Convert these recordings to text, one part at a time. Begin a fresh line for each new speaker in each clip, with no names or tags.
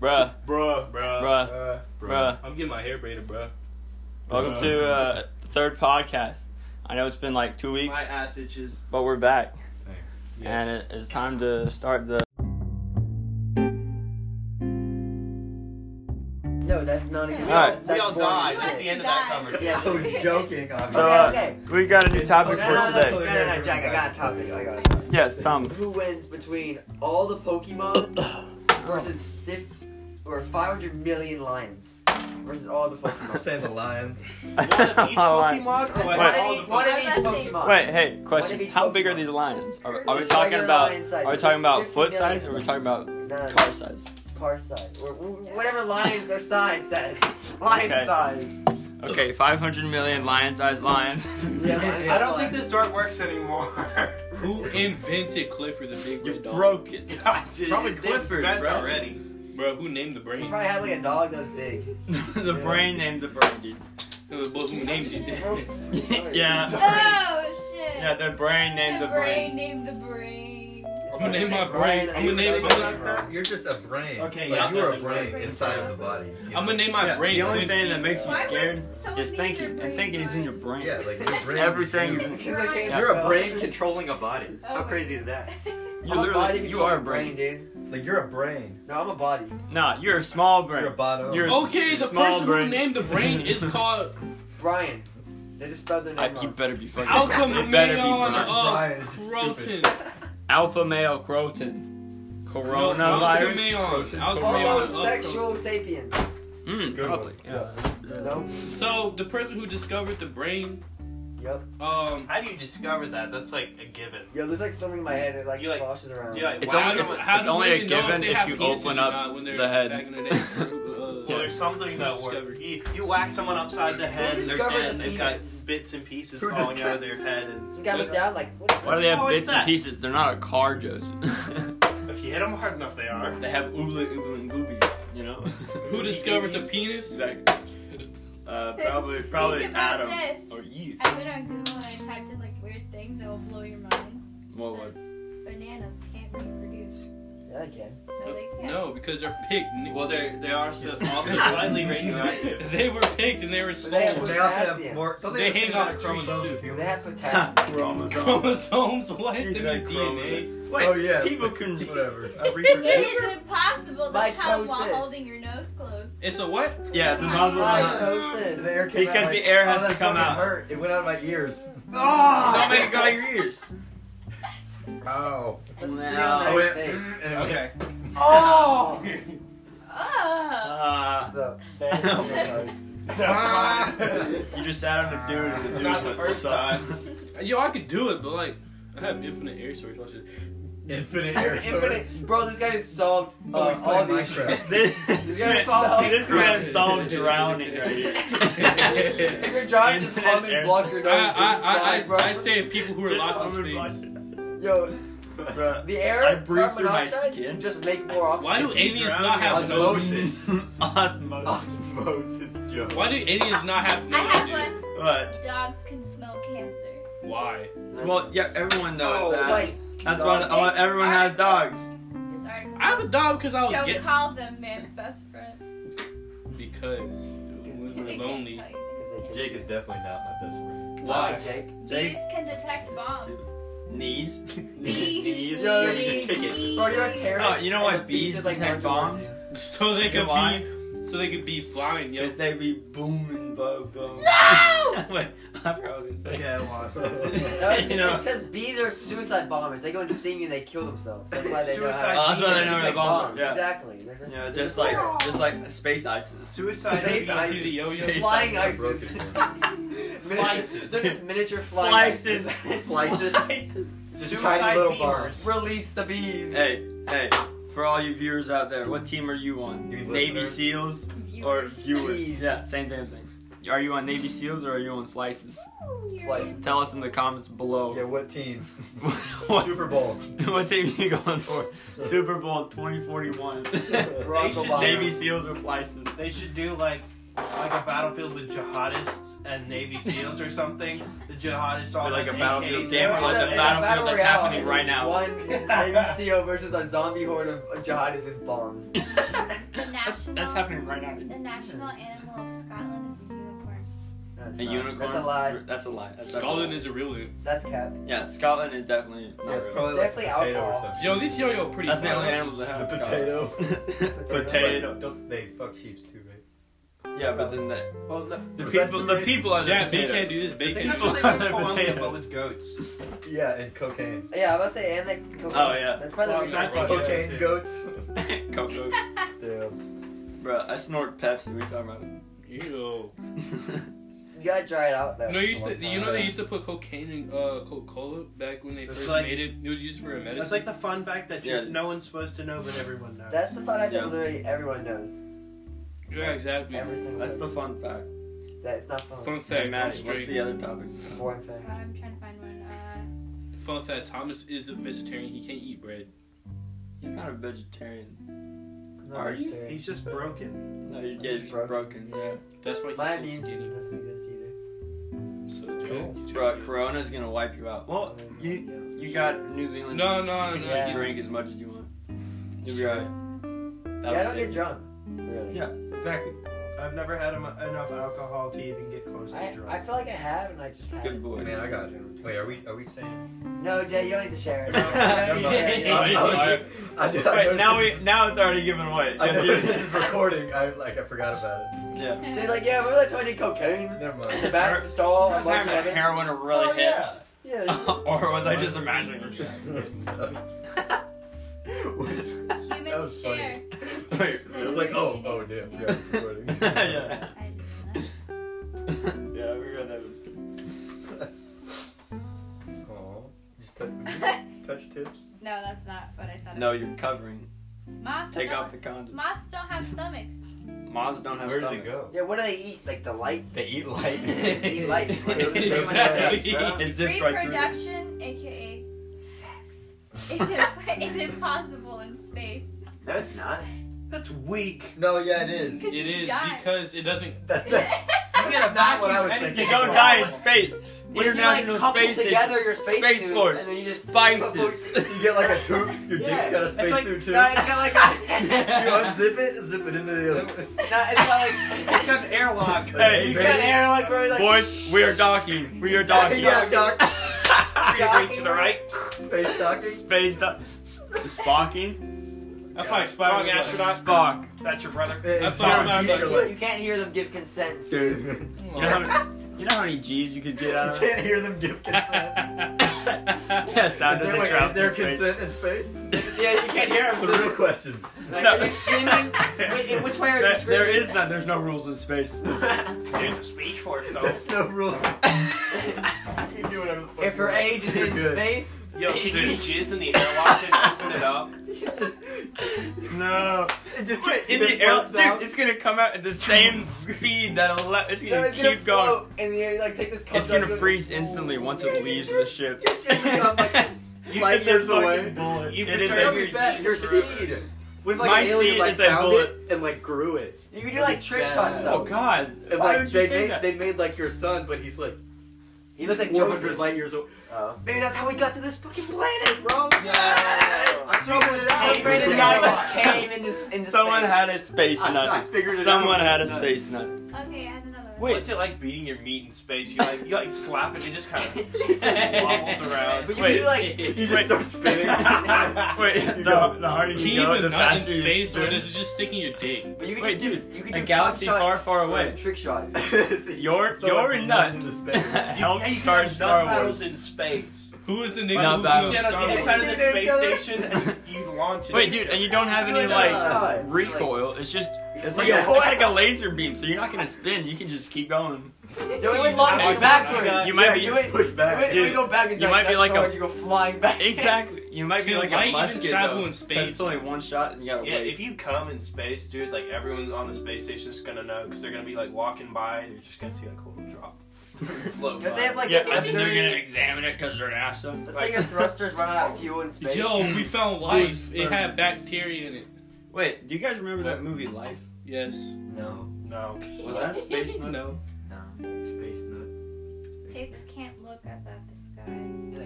Bruh.
Bruh.
Bruh.
Bruh.
Uh,
Bruh.
I'm getting my hair braided, bruh.
Welcome to uh, third podcast. I know it's been like two weeks,
My ass itches.
but we're back.
Thanks.
And it, it's time to start the.
No, that's not even.
All right.
that's
We all died.
boring
That's
shit.
the end of that
Die.
conversation.
Yeah,
I was joking. I'm
So,
okay,
uh,
okay.
We got a new topic
No,
for
no, no, no,
today.
no, no, Jack, I got a topic. I got a topic.
Yes, Tom.
Who wins between all the Pokemon versus 50 or 500 million lions versus all the
I'm
Pokemon?
saying the Lions.
One
Pokemon or like
One
all
of
the
each, one of each
Pokemon?
Pokemon.
Wait, hey,
One of
question.
each
How big are
Pokemon.
these lions? Are,
Oh,
are we
Just
talking
regular
about?
lion size.
Are we talking about
50
foot
million.
size, or are we talking about
No, no,
car
no.
size?
Par size. Or w-
Yes.
whatever lions are size says. Lion
Okay.
size.
Okay, 500 million lion-sized lions.
Yeah, lion
I don't
size.
think this dart works anymore.
Who invented Clifford the Big Red Dog?
Broke it.
Probably Clifford,
bro.
already.
Bro, who named the
He
brain?
probably had like a dog that was big.
the brain named the brain, dude.
Uh, But who named it?
yeah.
Oh shit.
Yeah, the brain named the, brain.
Named the brain.
I'm gonna name my brain. I'm gonna name
Like
my.
that, You're just a brain.
Okay,
like,
yeah,
You're a
that's-
brain inside of the body. you know?
I'm gonna name my
Yeah,
brain.
the only
Quincy.
thing that makes me
Why would
scared
someone
is
name
thinking,
their
and
brain
thinking is in your brain.
Yeah, like your brain.
Everything is-
Because I can't
Yeah.
You're a
spell.
brain controlling a body.
Oh
How
my
crazy is that?
You
I'm a body
literally, you are a
controlling
brain.
dude.
Like you're a brain.
No, I'm a body.
Nah, you're a small
You're a
brain.
bottom.
You're a-
Okay, the
Small
person
brain.
who named the brain is called.
Brian. They just spelled their
I,
name
you
wrong.
better be fucking.
Alpha
you better be
Male
brain.
Brian
of
is
Croton.
stupid.
Alpha male croton.
Alpha
Coronavirus.
Male.
Croton.
Alpha Male of Croton.
Homosexual sapiens.
Mm,
Good
probably.
one.
Yeah.
No.
So the person who discovered the brain,
Yep.
um,
How do you discover that? That's like a given.
Yo, there's like something in my head that like,
You, like-
sloshes around.
you, like,
It's
Wow.
only
How
it's,
do
how
it's
do
only a
women know
given
they
if
have
you
penises or
open
not
up
when they're
the
back in
head.
the day?
Well, there's something that
Discovered.
works. You, you whack someone upside the head,
Who
and they're
discovered
dead.
the
They've got
penis?
bits and pieces
Who
falling out
discovered-
of their head, and
You got looked down like. What?
Why do they have
Oh, it's
bits and
that.
pieces? They're not a car, Joseph.
if you hit them hard enough, they are.
they have oobla oobla and goobies, you know.
Who discovered the penis?
Exactly. Uh, probably probably
Think about
Adam
this.
or Eve.
I went on Google and I typed in like weird things that will blow your mind.
What
It
was?
says bananas can't reproduce.
Yeah, I can.
No, they can't.
No, because they're picked.
Well, they they are so, also slightly radioactive.
they were picked and they were
have
sold.
They also have
Potassium.
more. don't
They
have the
hang
same
off
chromosomes
trees,
as
They
humans?
have potassium.
Chromosomes.
Chromosomes, what? They
You
need
said
DNA.
Wait,
oh yeah.
people can
Whatever.
uh,
It
reproduce.
is impossible to have
Mitosis.
while holding your nose closed.
It's a what?
yeah, it's impossible. to
Like,
have-
Mitosis.
The air came
Because
out,
the
like,
air has
oh,
to
that
come
fucking
out.
Hurt. It went out of my ears.
Don't make it go in your ears.
Ow.
I'm sitting
No.
on
I
their
went,
face.
mm, and it went-
Okay.
Oh!
Oh.
Uh,
So,
So-
you just sat on a dude and the dude
Not the
went,
first
"What's up?"
Yo, I could do it, but like, I have infinite air source. Watch it.
Infinite air source.
infinite. Bro, this guy just solved uh,
Oh, he's
all
playing
the issues.
Minecraft.
This
This guy
man
solved-
solved, this man solved drowning right here.
If you're driving, just
Infinite
hum
air
and block your
I,
nose.
I, I,
Fine, bro.
I, I say people who are
Just
lost in
overblocked
space.
it.
Yo,
Bruh.
the air.
I breathe through
carbon
my
dioxide,
skin.
Just make more oxygen.
Why do aliens not have noses?
Osmosis. Osmosis.
Osmosis Joe.
Why do aliens not have
I
noses?
have
dude?
one.
What?
Dogs can smell cancer.
Why?
Well, yeah, everyone knows
Oh,
that.
like,
That's why
dogs.
I want- everyone has dogs.
This article.
I have a dog because I was
Don't
get
call them man's best friend.
because when
They
we're
can't
lonely.
tell you they're
Jake is definitely not my best friend.
Why,
Why?
Jake?
Bees can detect bombs.
Knees.
Bees.
Knees.
Yeah,
You
you
just kick it.
Bro, you're a terrorist.
Oh, you know
and
why
the
bees
just, like,
detect
run towards
bombs?
you.
So they
You know
could
why?
be, so they could be flying. Yo,
Because they be booming, bo boom. No! Wait, I forgot what I was gonna say.
Yeah, I lost.
No, it's
you know,
it's because bees are suicide bombers. They go and sting you and they kill themselves. That's why they
Suicide-
know
oh, that's why they know
how
where the
like
bomb.
bombs.
Yeah,
Exactly. They're just,
yeah, just like just like space ISIS.
Suicide
Space
is
you see
ISIS.
the yo-yo?
Space
flying
I broke
ISIS.
it.
Miniature- They're just miniature flying
Flysis.
Flysis.
Flysis.
Just
Suicide
tiny little
beamers.
bombs. Release the bees.
Hey, hey, for all you viewers out there, what team are you on?
You mean
Navy
listeners?
SEAls or
Viewers.
viewers?
Please.
Yeah, same damn thing. Are you on Navy SEALs or are you on Flices?
Ooh, you're-
Flies.
Tell us in the comments below.
Yeah, what team?
what,
Super Bowl.
what team you going for? Super Bowl 2041.
Barack
They should-
Obama.
Navy SEALs or Flices?
They should do like like a battlefield with jihadists and Navy SEAls or something. The jihadists all
Be like
have
a battlefield
AKs.
game,
It's
like
a-
the
it's
battlefield
a
that's
battle royale,
happening
and
right
it's
now.
One Navy SEAL versus a zombie horde of jihadists with bombs.
The
that's,
national,
that's happening right now.
The national animal of Scotland is a unicorn.
No, it's
A
not.
unicorn.
That's a lie.
That's a lie. That's
Scotland
definitely-
is a real dude.
That's cap.
Yeah, Scotland is definitely. Not
Yeah, it's
real.
probably
It's
like
definitely
potato
alcohol.
or something.
Yo, these yo-yo pretty.
That's the only
violent.
animals that have
The
Scotland.
But
potato.
don't they fuck sheep too, right?
Yeah, but then the,
Well, the,
the
Was that
people,
two
the
races?
people are
Jack,
the
you can't
potatoes.
do this bacon.
People
people
are the
Colombia, but
potatoes.
with goats.
Yeah, and cocaine.
Yeah, I was about to say, and like cocaine.
Oh, yeah.
That's probably
Well,
the reason.
that's
I
what-
take it.
Cocaine,
Yeah.
goats.
Coco,
Damn.
bro, I snort Pepsi. We talking about.
Yo.
You gotta dry it out though.
No, you used to,
It's a long
you know
time.
they used to put cocaine in uh, Coca-Cola back when they
It's
first
like-
made it. It was used for a medicine.
That's like the fun fact that you,
Yeah.
no one's supposed to know, but everyone knows.
That's the fun fact
Yeah.
that literally everyone knows.
yeah, exactly.
Every single.
That's
one.
the fun fact.
That's not fun.
Fun
Oh, Hey,
fact, I'm
Maddie, what's
straight.
the other topic?
Boring thing.
Oh, I'm trying to find one. Uh,
Fun fact: Thomas is a vegetarian. He can't eat bread.
He's not a vegetarian.
I'm not
Are you-
vegetarian.
He's just broken.
No, you're,
I'm
yeah,
just
he's broken.
broken.
Yeah,
That's why he's
My
so
immune
skinny.
system doesn't exist either.
So Jack,
Cool.
you
bro,
try to-
Corona's gonna wipe you out. Well, you you got New Zealand.
No,
drinks.
no,
you can
no,
just
he's-
drink as much as you want. You'll be alright.
Yeah, I don't get drunk. Really.
Yeah, exactly.
I've never had em- enough alcohol to even get close to
I,
drunk.
I feel like I have, and I just
Good
haven't.
boy.
Man, I got you. Wait, are we are we saying?
No, Jay, you don't need to share it.
No,
No, you don't
no,
need to share it.
no,
You don't need to-
no.
I did- I
Wait, now
noticed
we
this-
now it's already given away.
I know this
Yeah.
is recording. I like I forgot about it.
yeah.
Jay's like, yeah, remember that time I did cocaine?
Never
In the
mind.
back of the stall,
What
on
time
March
did
7th?
heroin really
Oh,
hit?
yeah.
Yeah.
or was I just imagining it?
human
That was funny.
share.
Wait,
I was like, oh, oh, damn, yeah, it's recording.
yeah.
I didn't know that.
Yeah, I forgot that was.
Aw, just touch, touch tips.
No, that's not what I thought.
No,
it was.
you're covering.
Moths
Take
don't,
off the condom.
Moths don't have stomachs.
Moths don't have
Where does
stomachs.
it go?
Yeah, what do they eat? Like the light?
They eat light.
They eat lights. Like,
Exactly.
those things like that,
It zips right through. it.
Reproduction, aka sex, is, imp- is impossible in space.
bro. No, it's not.
That's weak.
no, yeah, it is.
Because
It
you
is
die.
because it doesn't.
That, that, that's not what I was
They
thinking.
go die in space.
When
International
you, like, couple
Space Station.
together your space,
Space
suits,
Force.
And then you just
Spices.
You get like a tube. Your
Yeah.
dick's got a
It's like-
spacesuit
No,
too.
it's got like a.
You unzip it, zip it into the other.
no, it's got like.
It's got an airlock.
Hey,
You got air like where like.
Boys, we are docking. We are docking.
yeah, doc.
Docking.
to the right.
Space docking.
Space doc. S- Spocking.
That's like
Wrong
Spider-Man astronaut.
Spock.
That's your brother.
That's
Yeah,
all I'm
you
You,
can't
can't- you can't hear them give consent. in
Dude,
space.
you know, how many, you know how many G's you could get out of it?
can't hear them give consent.
Yeah, sound
Is there,
doesn't
wait,
travel
is there
through space.
consent in space?
Yeah, you can't hear
the
them.
real questions.
Like,
No.
are you screaming? Wait, in which way are you
There-
screaming?
there is none. There's no rules in space.
There's a speech for it though.
There's no rules. you do whatever the fuck
If
you
her
want.
age is
You're
in
good.
space,
Yo, can you jizz in the airlock and open it up?
You just,
No.
it just
Wait,
gets-
in
it
the air,
floats out.
dude, it's gonna come out at the same speed that it'll let. It's gonna
no, it's gonna
keep going.
float in the air. Like take this.
It's
contact
gonna
lens-
freeze instantly once it leaves the ship.
Your jizz is on, like, light
It's a
years
fucking
away.
bullet.
You
It is
preserve
a-
That'd be bad. Your seed.
What if,
My
an alien,
seed
like,
is a
found
bullet.
it?
And like grew it.
You can do like trick shots
Badass.
though.
Oh God!
If,
Why
like,
would you
They
say
made,
that?
they made like your son, but he's like
He looks like
400
Joseph.
light years old.
Oh. Maybe that's how we got to this fucking planet, bro.
I troubled it
Hey,
out.
Brandon
Yeah.
Davis came in this into
Someone
space.
had a space
I- I
nut.
figured it
Someone
out.
had a space nut.
Okay, I have another one.
What's it like beating your meat in space? You like you like slap it and just kind of wobbles around.
But you
Wait.
can do like
He just
Wait.
starts spinning.
Wait, the,
You go.
the harder
Can
you
you
go,
even
the
nut in
faster you
space, or
spin.
is it just sticking your dick?
but you can
Wait,
do,
dude,
you can
a
do
galaxy
pot shots
far, far
or
away.
Trick shots.
Your
So
your
like
nut
into space.
helped
Yeah, you
start
can have
Star
nut battles
Wars.
in space.
Who is the nigga
Not
who
that
built
one.
stand on
Star
either
Wars?
side of the
Sitting
space
together.
station and you launch it.
Wait, dude, and you don't have any like
God.
recoil. It's just it's like a, it's
Recoil.
like a laser beam, so you're not gonna spin. You can just keep going.
Don't even
just
launch
have
it
to-
backwards.
You might
yeah,
be-
you ain't-
Push back.
You,
Dude,
go backwards,
you
like,
might be
that's
like a-
hard, you go flying back.
Exactly. You might be
Dude,
like
why
a
even
musket
travel
though.
in
'cause
space?
It's only one shot, and you gotta
Yeah,
wait.
if you come in space, dude, like everyone on the space station is gonna know because they're gonna be like walking by. and They're just gonna see like a little drop float.
Because
by.
they have like
yeah, and
thrusters.
then they're gonna examine it because they're NASA.
Let's say your thrusters run out of fuel in space.
Yo, we found life. It had bacteria in it.
Wait, do you guys remember that movie Life?
Yes.
No.
no, No.
Was that space nut?
No.
No, space nut.
Pigs can't look up at the sky.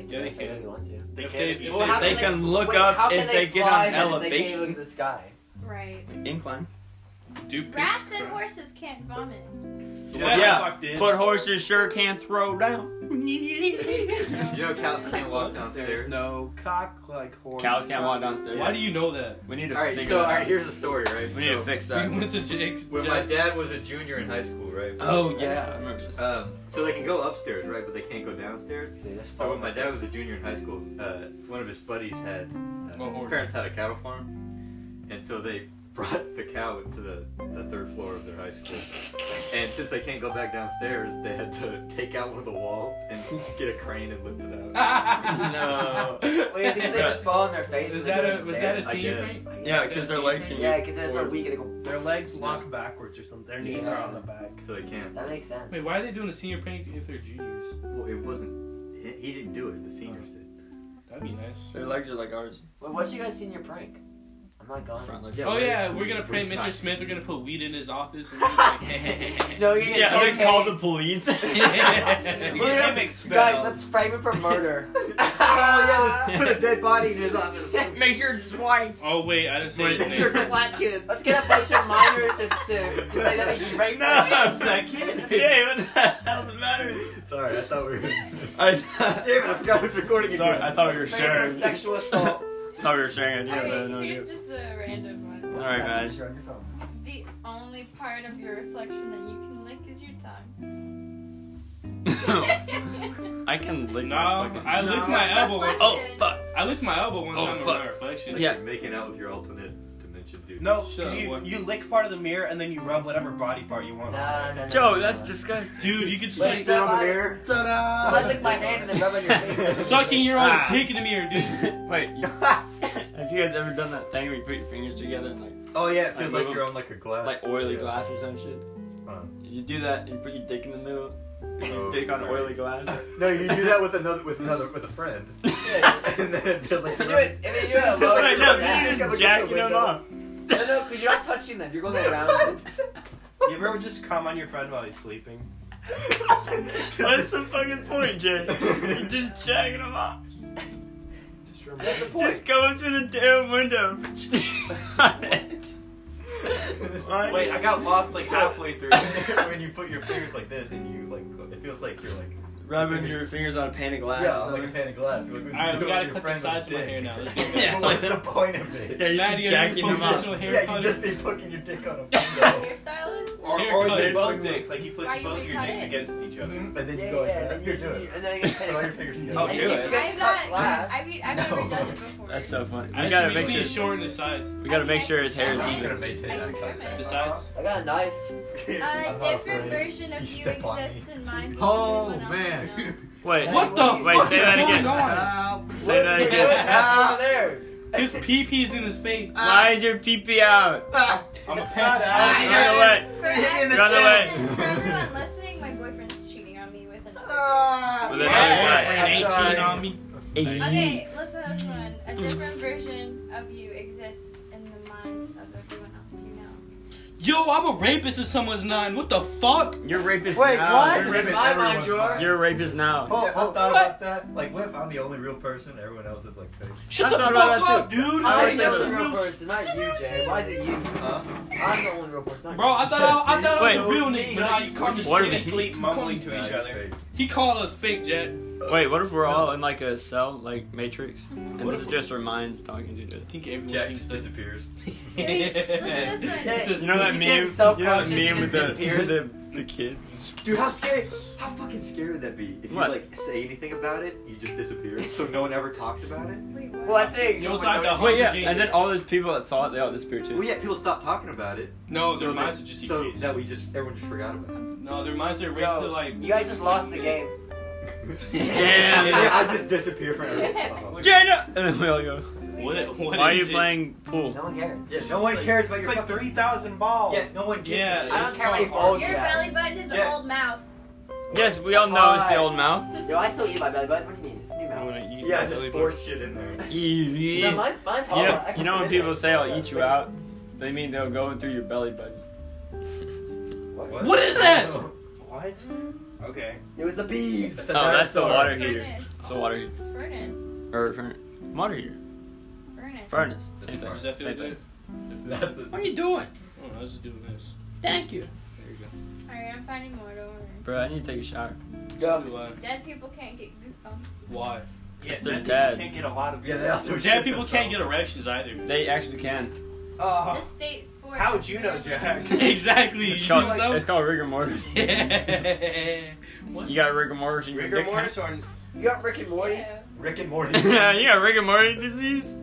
Yeah, they can.
If want to.
They can't.
If they-
if you
well,
say
how
They
that-
can look
Wait, how
up
can
if they get
fly
on
then if They can't look
elevation.
at the sky.
Right.
Incline.
Do pigs
Rats and
cry?
horses can't vomit.
Yeah.
Yeah,
Fucked in.
But horses sure can throw down.
You know cows can't walk downstairs.
There's no cock like horse.
Cows can't walk downstairs.
Why do you know that?
We need to
All right,
figure
so all
that
right,
out.
here's the story, right?
We need to
So,
fix
We
that.
went to Jake's.
When my dad was a junior in high school, right?
Oh yeah, I remember this.
Um, so they can go upstairs, right? But they can't go downstairs.
They just
So
fall.
when my dad was a junior in high school, uh, one of his buddies had
A
uh,
Oh,
his
horse.
parents had a cattle farm, and so they brought the cow to the, the third floor of their high school. And since they can't go back downstairs, they had to take out one of the walls and get a crane and lift it out.
Ah! No.
Wait, is it they just fall on their face?
Was
when
that
they go
a
to
was
stand?
that a
I
scene?
guess.
right?
Yeah, because their legs can.
Yeah, because that's so weak. They go.
Their legs lock backwards or something. Their knees are on the back.
So they can't.
That makes sense.
Wait, why are they doing a senior prank if they're juniors?
Well, it wasn't. He, he didn't do it. The seniors did.
That'd be nice.
Their legs are like ours.
Wait, what you guys see in your prank? I'm not gone.
Front legs.
Yeah,
Oh
but
yeah,
it's-
we're gonna
we're
prank
stuck.
Mr. Smith. We're gonna put weed in his office. And we're gonna be like,
No, you're gonna
Yeah,
get
they called the police.
Yeah.
We're gonna- Guys, let's frame him for murder.
Oh yeah, let's put a dead body in his office.
Make sure it's wife.
oh wait, I didn't say his
Picture
name.
of a black kid.
Let's get a bunch of minors to, to, to say that he raped
No,
us.
second. Jay, what the hell's the matter? with you?
Sorry, I thought we were. Damn,
I thought,
it, I forgot I was recording again.
sorry, I thought we were
Rape or
sharing.
sexual assault.
thought we were sharing ideas. I had
okay,
no idea.
here's just a random one.
All right, guys.
You're on your phone.
The only part of your reflection that you can lick is your tongue.
I can lick
No,
my fucking.
I licked my elbow. Once.
Oh fuck!
I licked my elbow one
Oh,
time
fuck.
on my reflection.
Yeah.
You're making out with your alternate dimension, dude.
No,
Shut
'cause
up,
you,
boy.
you lick part of the mirror and then you rub whatever body part you want. on.
Nah, nah, nah,
Joe,
nah,
that's
nah.
disgusting.
Dude, you could just
Wait,
like,
so I-
mirror.
So
Ta-da!
I lick my hand and then rub on your face.
sucking your own
Ah.
dick in the mirror, dude.
Wait, you- have you guys ever done that thing where you put your fingers together and like
Oh yeah, it
I
feels
love
like you're on like a glass.
like oily
Yeah.
glass or some shit?
Uh.
You do that, you put your dick in the middle,
Oh,
dick on
right.
oily glass.
No, you do that with another with another with a friend. and then it'd be like
You do it, and then you do it alone.
Wait,
it's
no,
so sad.
you're just
Look
jacking
out the
them
window.
off.
No, no, because you're not touching them. You're going around them.
You ever just cum on your friend while he's sleeping?
What's the fucking point, Jay? You're just jacking them off.
Just remember.
That's the point.
Just go into the damn window. Why?
Wait, I got lost like halfway through.
when you put your fingers like this and you like it feels like you're like
rubbing your fingers on a pane of glass.
yeah,
or
I'm like a
something.
pan of glass. You're Like, when you
Alright, we
do it
gotta
with
cut
your
the
friend with
sides of
a
my
dick.
hair now. Let's go.
Yeah,
But What's the point of it?
yeah, you're
Maddie,
just
are you
jacking them off.
official hair
Yeah,
color?
you just be fucking your dick on a window.
Hairstylist?
Or, or
Haircut.
they both dicks. Like you put
Why you
both
big
your
cut
dicks
it?
against each
Mm-hmm.
other.
and then you
Yeah,
go like
yeah,
that.
and you-
You're doing
you-
it.
and then I get
All your fingers together.
I'll
and
do
you
it.
cut
I've not.
glass.
I mean, I've never
No.
done it before.
That's so funny.
I
We
just
gotta
we
make
just need to
sure.
shorten the size.
We gotta make sure his hair is
I'm
I'm
even.
gonna maintain
I
that
can trim
contact.
The sides.
I got a knife.
A
I'm not
different
afraid.
version of
You
you,
step on
exists in mine.
Oh,
Everyone else
man.
I know.
Wait,
What the
wait,
fuck
say
is
that
going
again.
on?
Say that
What's what's
again.
happening over there?
His pee pee's in his face.
Why is your pee pee out?
I'm a
Ah, run away.
pass
For,
Hit me in the
everyone,
Run away.
for everyone listening, my boyfriend's cheating on me with another
With
My
another
boyfriend
guy.
Ah. I'm
ain't
sorry.
cheating on me.
dude. Okay, listen to this one. A different version of you exists in the minds of everyone else you know.
Yo, I'm a rapist in someone's nine. What the fuck?
You're rapist
Wait,
now.
what?
You're,
In my mind, you are.
you're rapist now.
Oh,
Yeah, I
oh,
thought about that. Like, what if I'm the only real person? Everyone else is like fake.
Shut
I
the
thought
fuck
about that
up,
too.
dude.
I
I
already
said
know the
that.
real person, not you, Jay. Why is it you?
Huh?
I'm the only real person. not
Bro,
you.
I thought I, I thought I was
Wait.
real Nick, but now you
We're
call me
just
What
fake.
if
sitting
it's-
asleep, mumbling to
Nah,
each
you're
other.
fake.
He called us fake, Jet.
Wait, what if we're all in like a cell, like Matrix, and
What
this
if-
is just our minds talking to each other?
I think everyone
Jack
thinks
just
this.
disappears.
Listen to this one.
This is
You know that meme?
You can't
You know that
self-conscious, it
meme with
just
the,
disappears.
the the kid?
Dude, how scary? How fucking scary would that be? If
What?
you like say anything about it, you just disappear, so no one ever talks about it.
Wait,
Well, I think.
Yo, it's
someone
like the
noticed.
Wait, yeah,
Hunger
and then
Games.
all those people that saw it, they all disappeared too.
Well, yeah, people stop talking about it.
No,
so
Oh, their
that-
minds are just
so
erased.
that we just everyone just forgot about
No, their minds are erased
Yo,
to like.
you guys just lost the game.
it.
Damn.
yeah, I just disappear from everyone.
Jenna, and then we all go.
What? what
Why are
is
you
it?
playing pool?
No one cares.
Yeah,
It's
no one
like-
cares about
It's
your
like
fucking.
3,000 balls.
Yes, no one gives
Yeah.
a shit.
I don't care how many balls you
Your
have.
belly button is an
Yeah.
old mouth.
Yes, we all
That's
know it's the
why.
old mouth.
Yo, I still eat my belly button. What do you mean? It's new
I'm
mouth.
gonna eat
Yeah,
my
just
belly
force shit in there.
No,
You
mine, mine's hard.
know,
I can
you know when
fit it.
people say I'll eat you out, they mean they'll go in through your belly button.
What?
What is that?
What? Okay.
It was the bees.
That's
Oh,
a dinosaur.
that's the water heater.
Furnace.
It's a water heater.
Furnace.
Or furnace. Water heater.
Furnace.
Furnace.
That's
Same
a
thing.
Does that feel
Same
good?
thing.
Is that the...
What are you doing?
I don't know, I was Oh, just doing this.
Thank you.
There you go.
Alright, I'm finding more. Don't worry.
Bro, I need to take a shower.
Go.
Do uh, I-
Dead people can't get goosebumps.
Why?
Yeah,
It's their
dead people
dad.
Can't get a lot of.
Yeah, they also
Dead
shit
people can't get
themselves.
erections either.
They actually can.
Oh.
Uh,
This state sport.
How would you know,
really-
Jack?
exactly.
It's
you
called,
do so?
it's called rigor mortis.
Yeah. What?
You got rigor mortis in your
Rigor
dick.
mortis or
You got Rick and Morty.
Yeah.
Rick and Morty.
you got rigor mortis disease?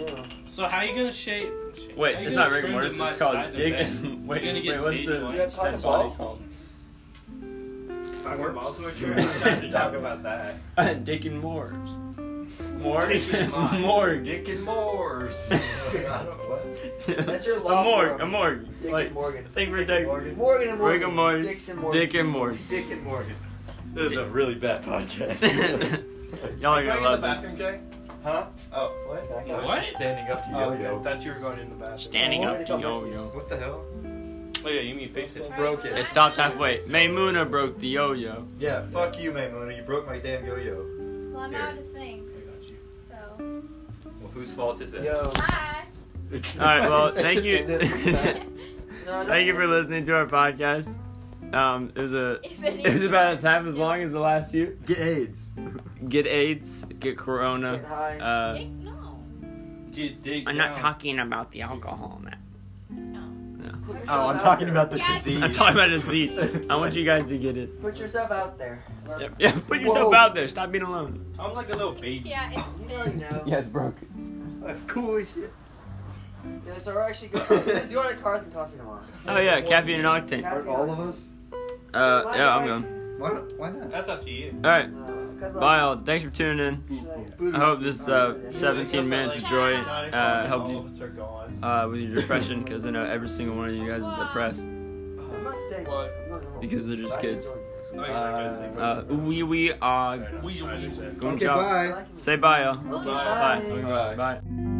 Yeah.
So how you gonna shape? shape-
Wait,
how you
it's
gonna
not rigor
trim
mortis.
my
It's called
sides of
dig.
that?
wait,
gonna
wait,
get
what's
seed
the
lines.
You got
that
cotton
body
balls.
called?
Talking about
Corpse.
torture. I'm trying to talk about that.
Dick and Moores. Moores?
Dick and Mars.
Morgs.
Dick and Moores. I don't what.
That's your
A
law
morgue.
firm.
A morgue.
Dick
Like,
and Morgan.
Thank you for taking
Morgan.
Morgan and Morgan.
Rigor mortis.
Dicks and Morgan.
Dick and Morgs.
Dick and Morgan. This is a really bad podcast.
Y'all are
Are you going
gonna
in the
love this.
bathroom, Jay?
huh?
Oh, what?
Back
Yeah,
up.
What?
Standing up to
Oh,
yo
okay.
yo.
Thought you were going in the bathroom.
Standing up to
Morgan.
yo yo.
What the hell?
Oh yeah, you mean face it.
broke it.
It stopped halfway. Maymuna broke the yo yo.
Yeah, fuck you, Maymuna. You broke my damn yo yo.
Well, I'm
Here.
out of things. So.
Well, whose fault is that?
Yo.
Bye.
Alright, well,
That
thank
just
you.
ended.
No, no.
Thank you for listening to our podcast. Um, it was a.
If
It was about as half as long as the last few.
Get AIDS.
Get AIDS, get
Getting
corona.
high.
Uh,
Dick, no.
Get dig
I'm not
down.
talking about the alcohol, man.
No.
Put yourself
Oh, I'm
out
talking
there.
about the
Yeah.
disease.
I'm talking about disease. I want you guys to get it.
Put yourself out there.
Yeah, yeah, put yourself
Whoa.
out there. Stop being alone.
I'm like a little baby.
Yeah, it's
You already
been.
know.
it's broken.
That's cool as shit.
Yeah, so we're actually going. Who's going to Cars and Coffee tomorrow?
Oh yeah, caffeine and octane.
Caffeine.
All of us?
Uh, yeah, I'm going.
Why not? Why not?
That's up to you.
All right,
Uh, 'cause,
bye
like,
all. Thanks for tuning in.
she's like,
I hope this uh, 17 minutes of joy uh, helped
All
you
of us are gone.
uh, with your depression, because I know every single one of you guys is depressed
I'm not staying.
What?
I'm not going home.
because they're just
I
kids.
enjoyed it.
Oh, you're not gonna
Uh,
sleep.
Uh, we we are
Fair enough.
We-
I understand.
going
okay,
to
bye.
I like it.
say bye y'all.
Bye.
Bye.
Bye.
Bye.